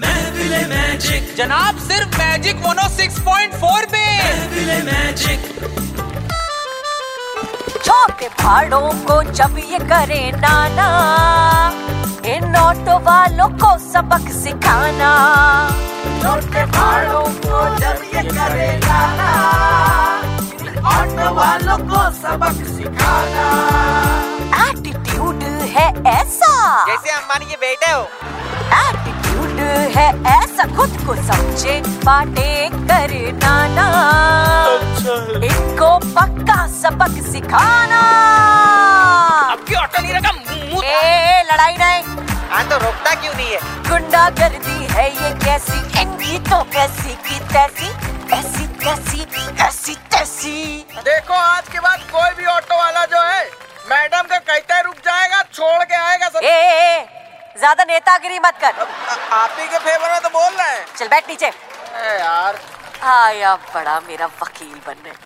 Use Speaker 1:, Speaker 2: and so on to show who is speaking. Speaker 1: महफिल मैजिक
Speaker 2: जनाब सिर्फ मैजिक मोनो 6.4 पे
Speaker 1: महफिल मैजिक
Speaker 3: छोटे पहाड़ों को जब ये करे नाना इन ऑटो वालों को सबक सिखाना छोटे पहाड़ों को जब ये करे नाना इन ऑटो वालों को सबक सिखाना एटीट्यूड है ऐसा
Speaker 2: जैसे अंबानी के बेटे हो
Speaker 3: एटीट्यूड है ऐसा खुद को समझे बाटे करे नाना
Speaker 2: अच्छा
Speaker 3: इनको पक्का सबक सिखाना
Speaker 2: आपकी ऑटो नहीं रखा मुंह
Speaker 3: ए लड़ाई नहीं
Speaker 2: हाँ तो रोकता क्यों नहीं है
Speaker 3: गुंडागर्दी है ये कैसी इनकी तो कैसी की तैसी ऐसी कैसी ऐसी तैसी
Speaker 4: देखो आज के बाद कोई भी ऑटो वाला जो है मैडम का कहते रुक जाएगा छोड़ के आएगा सब
Speaker 3: ए, ए, ए ज्यादा नेतागिरी मत कर
Speaker 4: आ- आप ही के फेवर में तो बोल रहे हैं
Speaker 3: चल बैठ नीचे
Speaker 4: ए यार
Speaker 3: आया बड़ा मेरा वकील बनने